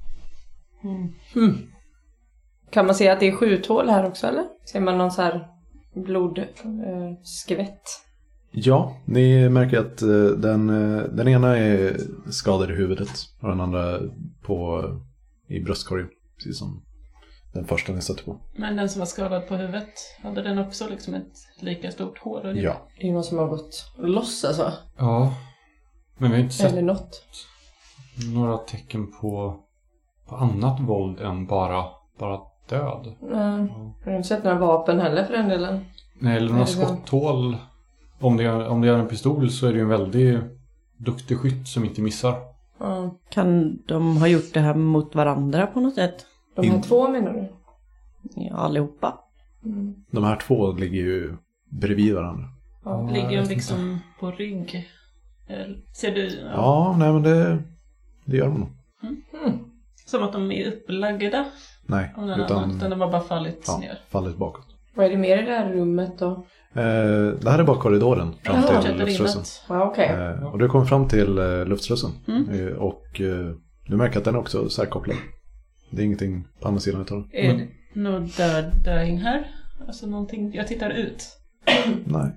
Speaker 4: Kan man se att det är skjuthål här också eller? Ser man någon så här eh, blodskvätt?
Speaker 1: Ja, ni märker att eh, den, eh, den ena är skadad i huvudet och den andra på, i bröstkorgen. Precis som den första ni stötte på.
Speaker 2: Men den som var skadad på huvudet, hade den också liksom ett lika stort hår? ungefär?
Speaker 1: Ja.
Speaker 4: det är någon som har gått loss alltså.
Speaker 3: Ja. Men vi har inte sett
Speaker 4: Eller något.
Speaker 3: några tecken på, på annat våld än bara, bara död.
Speaker 4: Mm. Jag har inte sett några vapen heller för den delen.
Speaker 3: Nej, eller några
Speaker 4: Är det så?
Speaker 3: skotthål. Om det, är, om det är en pistol så är det ju en väldigt duktig skytt som inte missar.
Speaker 4: Mm.
Speaker 5: Kan de ha gjort det här mot varandra på något sätt?
Speaker 4: De här
Speaker 1: In-
Speaker 4: två menar du?
Speaker 5: Ja, allihopa.
Speaker 4: Mm.
Speaker 1: De här två ligger ju bredvid varandra.
Speaker 3: Ja,
Speaker 2: Ligger
Speaker 3: jag
Speaker 2: de
Speaker 3: vet inte.
Speaker 2: liksom på rygg? Eller- Ser du?
Speaker 1: Ja, nej men det, det gör de nog.
Speaker 2: Som att de är upplagda
Speaker 1: Nej,
Speaker 2: av den Utan...
Speaker 1: utan
Speaker 2: makten, de har bara fallit
Speaker 1: ja,
Speaker 2: ner.
Speaker 1: fallit bakåt.
Speaker 4: Vad är det mer i det här rummet då?
Speaker 1: Eh, det här är bara korridoren fram
Speaker 4: Jaha.
Speaker 1: till
Speaker 2: Fortsätter
Speaker 1: luftslussen.
Speaker 2: inåt.
Speaker 4: Ja, okej.
Speaker 1: Eh, och du kommer fram till eh, luftslussen.
Speaker 2: Mm.
Speaker 1: Eh, och eh, du märker att den är också särkopplad. Det är ingenting på andra sidan utav den.
Speaker 2: Är
Speaker 3: Mm.
Speaker 2: det någon död döing här? Alltså någonting, jag tittar ut.
Speaker 1: Nej.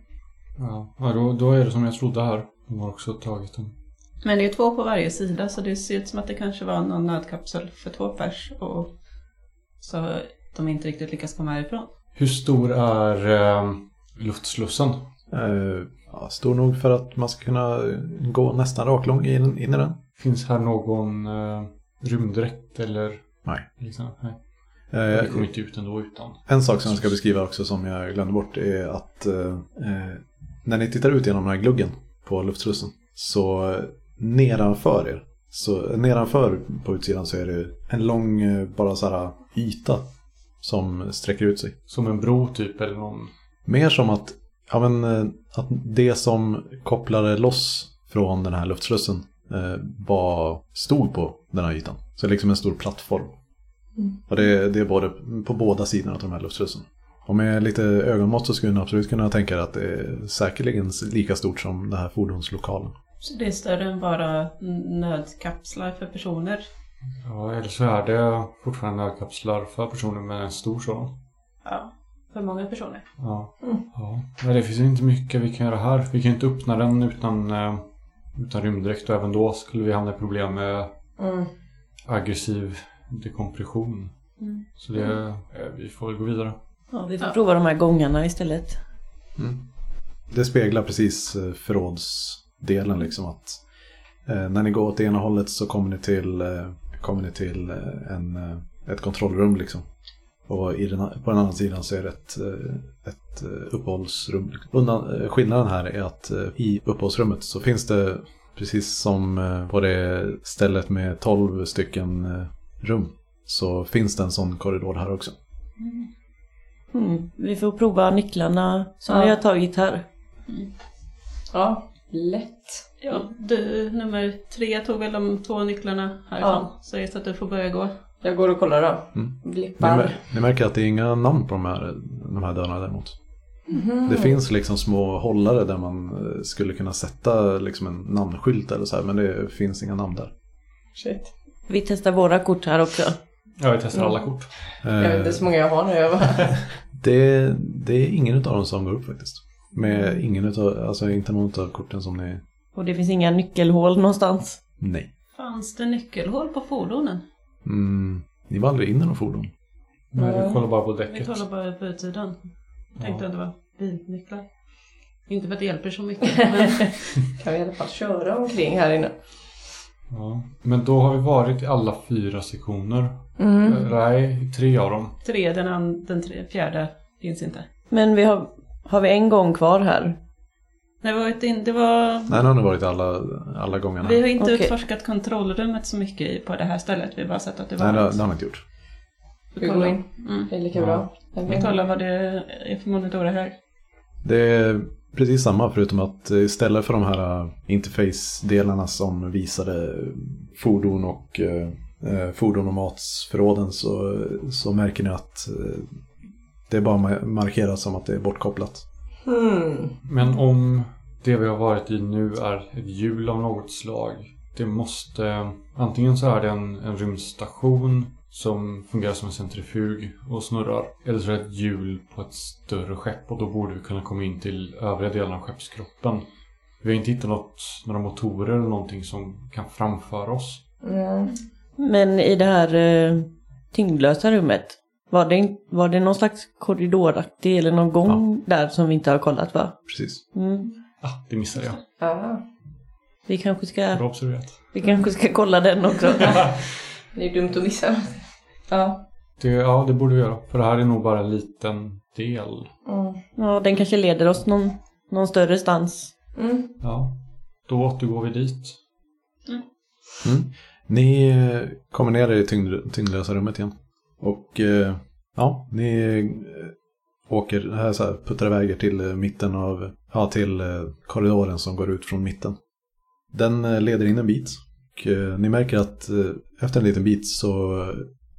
Speaker 3: Ja, ja då, då är det som jag trodde här. De har också tagit en.
Speaker 2: Men det är två på varje sida så det ser ut som att det kanske var någon nödkapsel för två pers. Och så de inte riktigt lyckas komma härifrån.
Speaker 3: Hur stor är eh, luftslussen?
Speaker 1: Eh, ja, stor nog för att man ska kunna gå nästan raklång in, in i den.
Speaker 3: Finns här någon eh, rymddräkt eller?
Speaker 1: Nej.
Speaker 3: Liksom, nej.
Speaker 1: Eh,
Speaker 3: Vi kommer inte ut ändå utan.
Speaker 1: En sak som jag ska beskriva också som jag glömde bort är att eh, eh, när ni tittar ut genom den här gluggen på luftslussen så eh, nedanför er, så eh, nedanför på utsidan så är det en lång eh, bara så här yta som sträcker ut sig.
Speaker 3: Som en bro typ eller någon.
Speaker 1: Mer som att, ja, men, eh, att det som kopplade loss från den här luftslussen eh, var, stod på den här ytan. Så det är liksom en stor plattform. Och det, det är både på båda sidorna av de här luftslussen. Och med lite ögonmått så skulle ni absolut kunna tänka er att det är säkerligen lika stort som den här fordonslokalen.
Speaker 2: Så det är större än bara nödkapslar för personer.
Speaker 3: Ja, eller så är det fortfarande nödkapslar för personer med en stor sådan.
Speaker 2: Ja, för många personer.
Speaker 3: Ja.
Speaker 4: Mm.
Speaker 3: ja. Nej, det finns inte mycket vi kan göra här. Vi kan inte öppna den utan, eh, utan rymddräkt och även då skulle vi hamna i problem med
Speaker 4: Mm.
Speaker 3: aggressiv dekompression.
Speaker 2: Mm.
Speaker 3: Så det, eh, vi får väl gå vidare.
Speaker 5: Ja, vi får
Speaker 2: Ja.
Speaker 5: prova de här gångarna istället.
Speaker 1: Det speglar precis eh, förrådsdelen liksom att eh, när ni går åt det ena hållet så kommer ni till, eh, kommer ni till eh, en, eh, ett kontrollrum liksom. Och i den, på den andra sidan så är det ett, eh, ett eh, uppehållsrum. Undan, eh, skillnaden här är att eh, i uppehållsrummet så finns det precis som eh, på det stället med 12 stycken eh, rum så finns det en sån korridor här också.
Speaker 5: Mm. Vi får prova nycklarna som
Speaker 4: Ja.
Speaker 5: vi har tagit här.
Speaker 4: Ja, lätt.
Speaker 2: Ja, du, nummer tre tog väl de två nycklarna härifrån.
Speaker 4: Ja.
Speaker 2: Så det är så att du får börja gå.
Speaker 4: Jag går och kollar då.
Speaker 1: Mm. Ni,
Speaker 4: Blippar.
Speaker 1: mär, ni märker att det är inga namn på de här, de här dörrarna däremot.
Speaker 4: Mhm.
Speaker 1: Det finns liksom små hållare där man eh, skulle kunna sätta liksom en namnskylt eller så här, men det finns inga namn där.
Speaker 4: Shit.
Speaker 5: Vi testar våra kort här också.
Speaker 3: Ja, vi testar alla kort.
Speaker 4: Jag vet
Speaker 1: Eh,
Speaker 4: inte så många jag har nu. Jag bara...
Speaker 1: Det, det är ingen av dem som går upp faktiskt. Med ingen utav, alltså inte någon av korten som ni...
Speaker 5: Och det finns inga nyckelhål någonstans.
Speaker 1: Nej.
Speaker 2: Fanns det nyckelhål på fordonen?
Speaker 1: Mm, ni var aldrig inne i något fordon.
Speaker 3: Nej, vi kollar bara på
Speaker 2: Vi
Speaker 3: däcket.
Speaker 2: kollar bara på utsidan. Jag tänkte
Speaker 3: Ja.
Speaker 2: att det var bilnycklar. Inte för att det hjälper så mycket. Men...
Speaker 4: kan vi i alla fall köra omkring här inne?
Speaker 3: Ja. Men då har vi varit i alla fyra sektioner.
Speaker 4: Mm.
Speaker 3: Eh, Nej, i tre av dem.
Speaker 2: Tre, den, an- den tre, fjärde finns inte.
Speaker 5: Men vi har, har vi en gång kvar här?
Speaker 2: Nej, vi har varit in, det var...
Speaker 1: Nej, det har nog varit alla, alla gångerna.
Speaker 2: Vi har inte
Speaker 5: Okej.
Speaker 2: utforskat kontrollrummet så sett mycket i- på det här stället. Vi har bara sett att det var
Speaker 1: Nej, det, har-
Speaker 2: ett.
Speaker 1: det har ni inte gjort.
Speaker 4: Vi går in. Mm.
Speaker 2: Mm.
Speaker 4: Det är lika
Speaker 3: Ja.
Speaker 4: bra. Eller?
Speaker 2: Vi kollar vad det är för monitorer här.
Speaker 1: Det är precis samma förutom att istället för de här eh, interface-delarna som visade fordon och eh, eh, fordon och matsförråden så, så märker ni att eh, det är bara ma- markerat som att det är bortkopplat.
Speaker 4: Hmm.
Speaker 3: Men om det vi har varit i nu är ett hjul av något slag. Det måste... Antingen så är det en, en rymdstation som fungerar som en centrifug och snurrar. Eller så är det ett hjul på ett större skepp och då borde vi kunna komma in till övriga delen av skeppskroppen. Vi har inte hittat något, några motorer eller någonting som kan framföra oss.
Speaker 4: Mm.
Speaker 5: Men i det här eh, tyngdlösa rummet, var det, in- var det någon slags korridoraktig eller någon gång där som vi inte har kollat va?
Speaker 1: Precis.
Speaker 5: Mm.
Speaker 3: Ah, det missade jag.
Speaker 4: Ah,
Speaker 5: Vi, kanske ska,
Speaker 3: Bra observerat.
Speaker 5: vi kanske ska kolla den också.
Speaker 4: det är dumt att missa. Ja.
Speaker 3: Det, ja, det borde vi göra. För det här är nog bara en liten del.
Speaker 4: Mm.
Speaker 5: ja, den kanske leder oss någon, någon större stans.
Speaker 4: Mm.
Speaker 3: Ja. Då återgår vi dit.
Speaker 1: Ni eh, kommer ner i tyngd, tyngdlösa rummet igen. Och eh, ja, ni eh, åker, här så här, puttar iväg er till eh, mitten av, ja till eh, korridoren som går ut från mitten. Den eh, leder in en bit. Och eh, ni märker att eh, efter en liten bit så eh,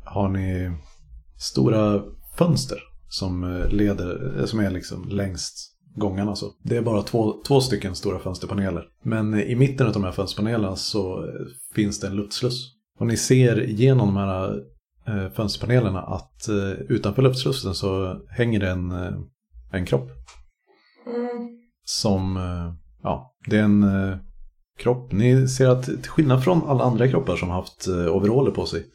Speaker 1: har ni stora fönster som eh, leder, eh, som är liksom längst gångarna så. Det är bara två, två stycken stora fönsterpaneler. Men eh, i mitten av de här fönsterpanelerna så eh, finns det en luftsluss. Och ni ser genom de här eh, fönsterpanelerna att eh, utanför luftslussen så hänger det en, eh, en kropp.
Speaker 4: Mm.
Speaker 1: Som, eh, ja, det är en eh, kropp. Ni ser att till skillnad från alla andra kroppar som har haft eh, overaller på sig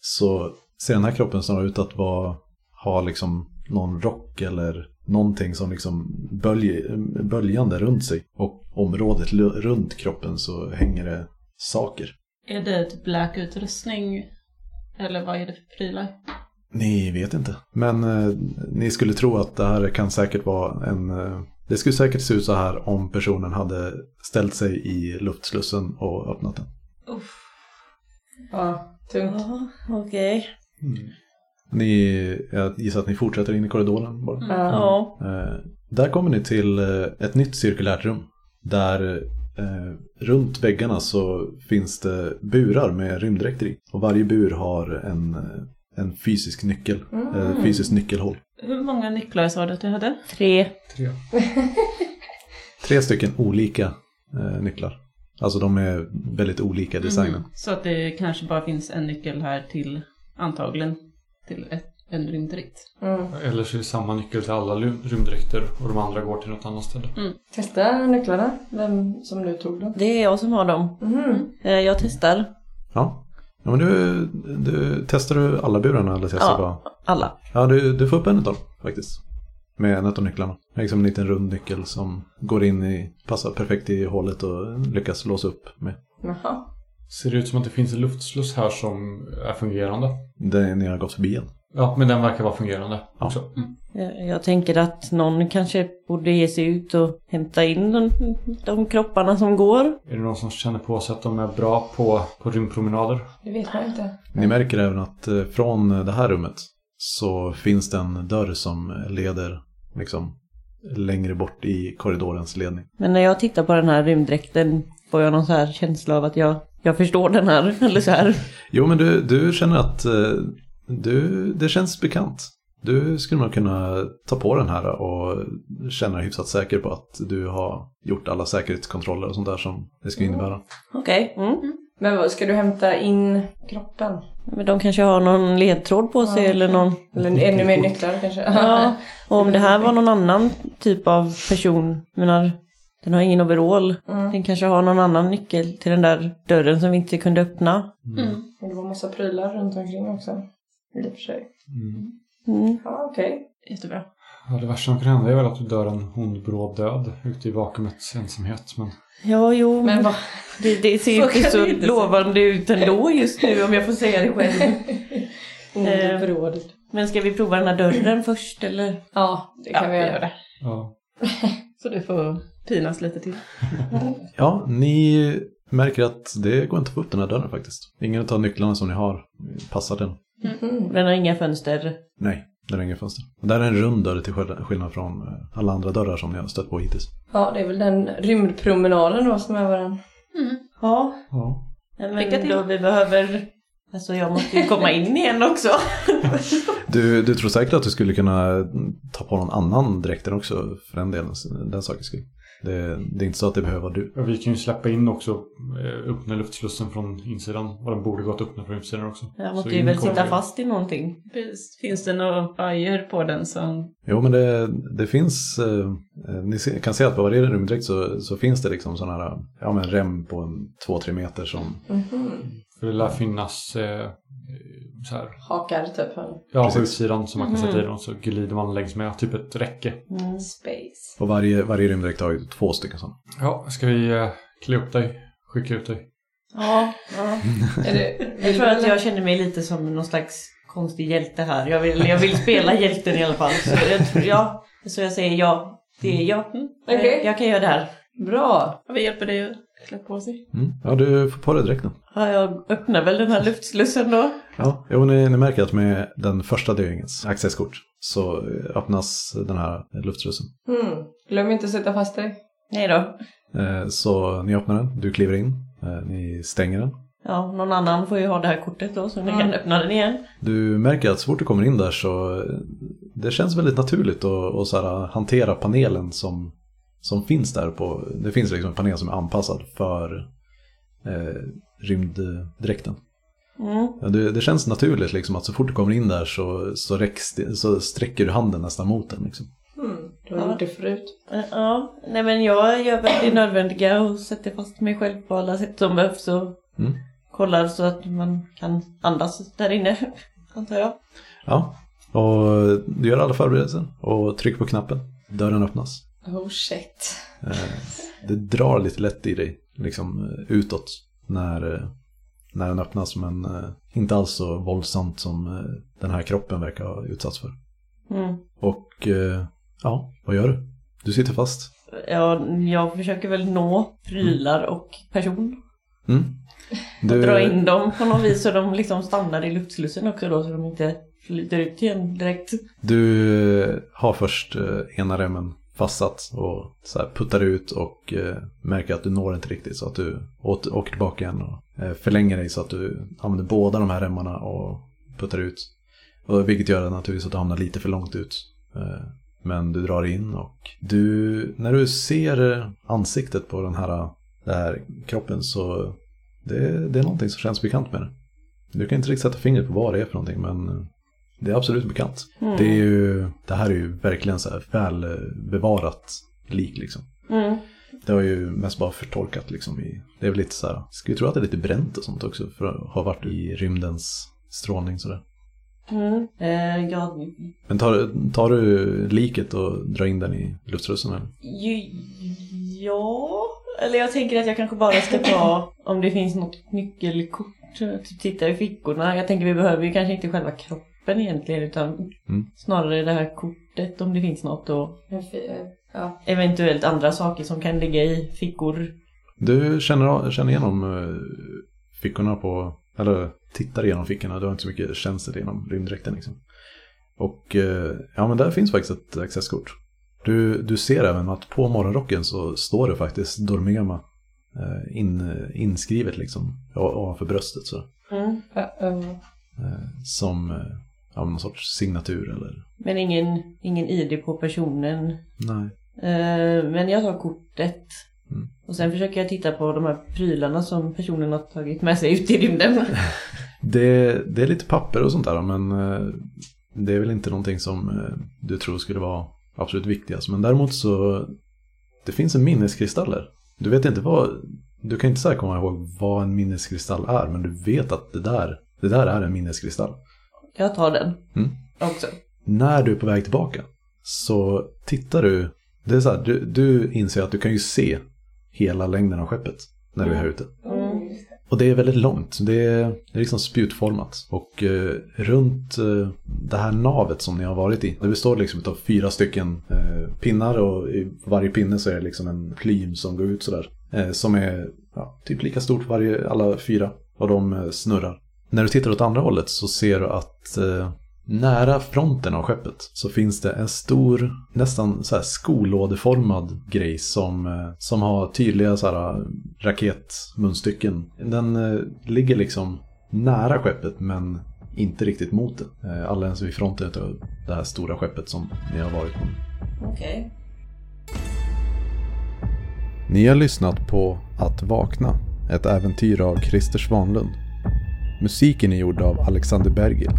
Speaker 1: så ser den här kroppen snarare ut att vara, ha liksom någon rock eller någonting som liksom bölj, böljande runt sig. Och området lu- runt kroppen så hänger det saker.
Speaker 2: Är det typ läkutrustning? Eller vad är det för prylar?
Speaker 1: Ni vet inte. Men eh, ni skulle tro att det här kan säkert vara en... Eh, det skulle säkert se ut så här om personen hade ställt sig i luftslussen och öppnat den.
Speaker 2: Uff.
Speaker 4: Ja, tungt.
Speaker 5: Ja, okej.
Speaker 1: Ni, jag gissar att ni fortsätter in i korridoren bara.
Speaker 5: Mm.
Speaker 4: Ja.
Speaker 5: Ja.
Speaker 1: Eh, där kommer ni till eh, ett nytt cirkulärt rum. Där eh, runt väggarna så finns det burar med rymddräkter i. Och varje bur har en, eh, en fysisk nyckel. Eh, fysiskt nyckelhål.
Speaker 2: Hur många nycklar sa du att du hade?
Speaker 5: Tre.
Speaker 3: Tre.
Speaker 1: tre stycken olika eh, nycklar. Alltså de är väldigt olika i designen.
Speaker 2: Mhm. Så att det kanske bara finns en nyckel här till, antagligen, till ett, en rymddräkt.
Speaker 4: Mm.
Speaker 3: Eller så är det samma nyckel till alla lu- rymddräkter och de andra går till något annat ställe.
Speaker 4: Testa nycklarna, vem som nu tog dem.
Speaker 5: Det är jag som har dem.
Speaker 4: Mm.
Speaker 5: Eh, Jag testar
Speaker 1: Ja. ja men du, du, testar du alla burarna eller testar
Speaker 5: Ja.
Speaker 1: bara?
Speaker 5: alla.
Speaker 1: Ja, du, du får upp en utav dem faktiskt. Med en utav nycklarna. Det är liksom en liten rund nyckel som går in i, passar perfekt i hålet och lyckas låsa upp med.
Speaker 4: Jaha.
Speaker 3: Ser det ut som att det finns en luftsluss här som är fungerande?
Speaker 1: Den ni har gått förbi än.
Speaker 3: Ja, men den verkar vara fungerande
Speaker 1: Ja.
Speaker 3: också. Mm.
Speaker 5: Eh, Jag tänker att någon kanske borde ge sig ut och hämta in de, de kropparna som går.
Speaker 3: Är det någon som känner på sig att de är bra på, på rymdpromenader?
Speaker 4: Det vet man ju inte.
Speaker 1: Ni märker även att eh, från det här rummet så finns det en dörr som leder liksom längre bort i korridorens ledning.
Speaker 5: Men när jag tittar på den här rymddräkten får jag någon så här känsla av att jag, jag förstår den här. Eller så här.
Speaker 1: Jo, men du, du känner att eh, du, det känns bekant. Du skulle nog kunna ta på den här och känna dig hyfsat säker på att du har gjort alla säkerhetskontroller och sånt där som det ska innebära.
Speaker 5: Okej. Mm.
Speaker 4: Men vad, ska du hämta in kroppen?
Speaker 5: Men de kanske har någon ledtråd på sig
Speaker 4: Ja.
Speaker 5: eller någon...
Speaker 4: Eller ännu mer nycklar kanske?
Speaker 5: Ja. Och om det här var någon annan typ av person. Jag menar, den har ingen overall.
Speaker 4: Mm.
Speaker 5: Den kanske har någon annan nyckel till den där dörren som vi inte kunde öppna.
Speaker 4: Men Det var massa prylar runt omkring också. I och för sig.
Speaker 3: Mm.
Speaker 5: Mm.
Speaker 4: Ja, okej.
Speaker 2: Jättebra.
Speaker 3: Ja, det värsta som kan hända är väl att du dör en ond bråd död ute i vakuumets ensamhet. Men
Speaker 5: Ja, jo.
Speaker 4: Men vad...
Speaker 5: Det, det
Speaker 2: Så
Speaker 5: ser ju inte
Speaker 2: kan
Speaker 5: så
Speaker 2: det inte se.
Speaker 5: lovande ut ändå just nu om jag får säga det själv.
Speaker 4: Mm,
Speaker 5: Eh.
Speaker 4: Underbrådet.
Speaker 5: Men ska vi prova den här dörren först eller?
Speaker 4: Ja, det kan vi göra.
Speaker 2: det.
Speaker 3: ja,
Speaker 2: Så du får pinas lite till.
Speaker 1: Ja, ni märker att det går inte att få upp den här dörren faktiskt. Ingen av nycklarna som ni har passar den.
Speaker 4: Mm.
Speaker 5: Den har inga fönster.
Speaker 1: Nej, den har inga fönster. Och där är en rund dörr till skill- skillnad från eh, alla andra dörrar som ni har stött på hittills.
Speaker 4: Ja, det är väl den rymdpromenaden då som är våran.
Speaker 5: Ja.
Speaker 3: ja.
Speaker 5: Men
Speaker 2: Lycka till.
Speaker 5: då vi behöver... Alltså jag måste ju komma in igen också.
Speaker 1: Du, du tror säkert att du skulle kunna ta på någon annan dräkt också för den delen, den sakens skull. Det, det är inte så att det behöver vara du.
Speaker 3: Ja, Vi kan ju släppa in också, eh, öppna luftslussen från insidan. Och den borde gått öppna från utsidan också.
Speaker 5: Jag
Speaker 3: Så
Speaker 5: måste ju
Speaker 3: in
Speaker 5: väl
Speaker 3: kommer
Speaker 5: sitta
Speaker 3: vi.
Speaker 5: fast i någonting.
Speaker 2: Finns- Finns det några vajer på den som...
Speaker 1: Jo, men det, det finns, eh, eh, ni se- kan se att på varje rymddräkt så, så finns det liksom sådana här, ja men rem på en 2-3 meter som,
Speaker 3: För det lär finnas eh, eh, så här,
Speaker 4: Hakar typ. eller?
Speaker 3: ja, på
Speaker 1: Precis.
Speaker 3: utsidan som man kan sätta i den och så glider man längs med, typ ett räcke.
Speaker 4: Space.
Speaker 1: och varje, varje rymddräkt har ju två stycken sådana.
Speaker 3: Ja, ska vi eh, klä upp dig? Skicka ut dig?
Speaker 5: Ja, ja.
Speaker 4: Är det,
Speaker 5: Jag tror att jag känner mig lite som någon slags konstig hjälte här. Jag vill, jag vill spela hjälten i alla fall. Så jag, tror, ja. så jag säger ja. Det är jag. Mm.
Speaker 4: Okej.
Speaker 5: Jag kan göra det här.
Speaker 4: Bra.
Speaker 2: Ja, Vi hjälper dig att klä på sig.
Speaker 1: Mm. Ja, du får på dig dräkten.
Speaker 5: Ja, jag öppnar väl den här luftslussen då.
Speaker 1: Ja, jo, ni, ni märker att med den första döingens accesskort så eh, öppnas den här luftslussen.
Speaker 4: Mm. Glöm inte att sätta fast dig.
Speaker 5: Nej då.
Speaker 1: Eh, Så ni öppnar den, du kliver in, eh, ni stänger den.
Speaker 5: Ja, någon annan får ju ha det här kortet då så ni
Speaker 4: Mm.
Speaker 5: kan öppna den igen.
Speaker 1: Du märker att så fort du kommer in där så eh, det känns väldigt naturligt att, att så här, hantera panelen som, som finns där. På, det finns liksom en panel som är anpassad för eh, rymddräkten.
Speaker 5: Mm.
Speaker 1: Ja, det, det känns naturligt liksom att så fort du kommer in där så, så, räcks, det- så sträcker du handen nästan mot den. Liksom.
Speaker 4: Mm. Du har gjort det förut.
Speaker 5: Eh, Ja, nej men jag gör väl det nödvändiga och sätter fast mig själv på alla sätt som behövs och
Speaker 1: Mm.
Speaker 5: kollar så att man kan andas där inne, antar jag.
Speaker 1: Ja, och du gör alla förberedelser och trycker på knappen. Dörren öppnas.
Speaker 4: Oh shit.
Speaker 1: Eh, Det drar lite lätt i dig, liksom eh, utåt, när, eh, när den öppnas. Men eh, inte alls så våldsamt som eh, den här kroppen verkar ha utsatts för.
Speaker 5: Mm.
Speaker 1: Och eh, ja, vad gör du? Du sitter fast.
Speaker 5: Jag, jag försöker väl nå prylar och person.
Speaker 1: Mm. Du,
Speaker 5: Dra in dem på något vis så de liksom stannar i luftslussen också då så de inte flyter ut igen direkt.
Speaker 1: du eh, har först eh, ena remmen fastsatt och så här puttar ut och eh, märker att du når inte riktigt så att du åt- åker tillbaka igen och eh, förlänger dig så att du använder båda de här remmarna och puttar ut. Och vilket gör det naturligtvis att du hamnar lite för långt ut. Eh, Men du drar in och du, när du ser eh, ansiktet på den här, eh, den här kroppen så det, det är någonting som känns bekant med det. Du kan inte riktigt sätta fingret på vad det är för någonting men eh, det är absolut bekant.
Speaker 5: Mm.
Speaker 1: Det, är ju, det här är ju verkligen så här väl eh, bevarat lik liksom.
Speaker 5: Mm.
Speaker 1: Det har ju mest bara förtorkat liksom i, det är väl lite så här, ska vi tro att det är lite bränt och sånt också för att ha varit i rymdens strålning sådär.
Speaker 5: Mm. Eh, jag,
Speaker 1: Men tar, tar du liket och drar in den i luftrösen eller?
Speaker 5: ju, ja, eller jag tänker att jag kanske bara ska ta om det finns något nyckelkort. Typ titta i fickorna. Jag tänker vi behöver ju kanske inte själva kroppen egentligen utan
Speaker 1: Mm.
Speaker 5: snarare det här kortet om det finns något och
Speaker 4: En fi- eh, Ja.
Speaker 5: eventuellt andra saker som kan ligga i fickor.
Speaker 1: Du känner, känner igenom eh, fickorna på, eller tittar igenom fickorna, du har inte så mycket känsel genom rymddräkten liksom. Och eh, ja men där finns faktiskt ett accesskort. Du, du ser även att på morgonrocken så står det faktiskt Dormema eh, in, inskrivet liksom o- ovanför bröstet så.
Speaker 5: Mm.
Speaker 4: Eh, eh,
Speaker 1: Som eh, ja, någon sorts signatur eller?
Speaker 5: Men ingen, ingen ID på personen.
Speaker 1: Nej.
Speaker 5: Eh, men jag tar kortet.
Speaker 1: Mm.
Speaker 5: Och sen försöker jag titta på de här prylarna som personen har tagit med sig ut i rymden.
Speaker 1: Det, det är lite papper och sånt där men eh, det är väl inte någonting som eh, du tror skulle vara absolut viktigast. Men däremot så det finns en minneskristaller. Du vet inte vad, du kan inte så här komma ihåg vad en minneskristall är men du vet att det där, det där är en minneskristall.
Speaker 5: Jag tar den.
Speaker 1: Mm.
Speaker 5: Också.
Speaker 1: När du är på väg tillbaka så tittar du, det är så här, du, du inser att du kan ju se hela längden av skeppet när du är här ute.
Speaker 5: Mm.
Speaker 1: Och det är väldigt långt. Det är, det är liksom spjutformat. Och eh, runt eh, det här navet som ni har varit i. Det består liksom av fyra stycken eh, pinnar och i varje pinne så är det liksom en plym som går ut sådär. Eh, som är ja, typ lika stort varje, alla fyra. Och de eh, snurrar. När du tittar åt andra hållet så ser du att eh, nära fronten av skeppet så finns det en stor, nästan så här skolådeformad grej som, eh, som har tydliga så här eh, raketmunstycken. Den eh, ligger liksom nära skeppet men inte riktigt mot det. Eh, Alldeles vid fronten av det här stora skeppet som ni har varit på.
Speaker 5: Okej.
Speaker 1: Ni har lyssnat på Att vakna, ett äventyr av Christer Svanlund. Musiken är gjord av Alexander Bergil.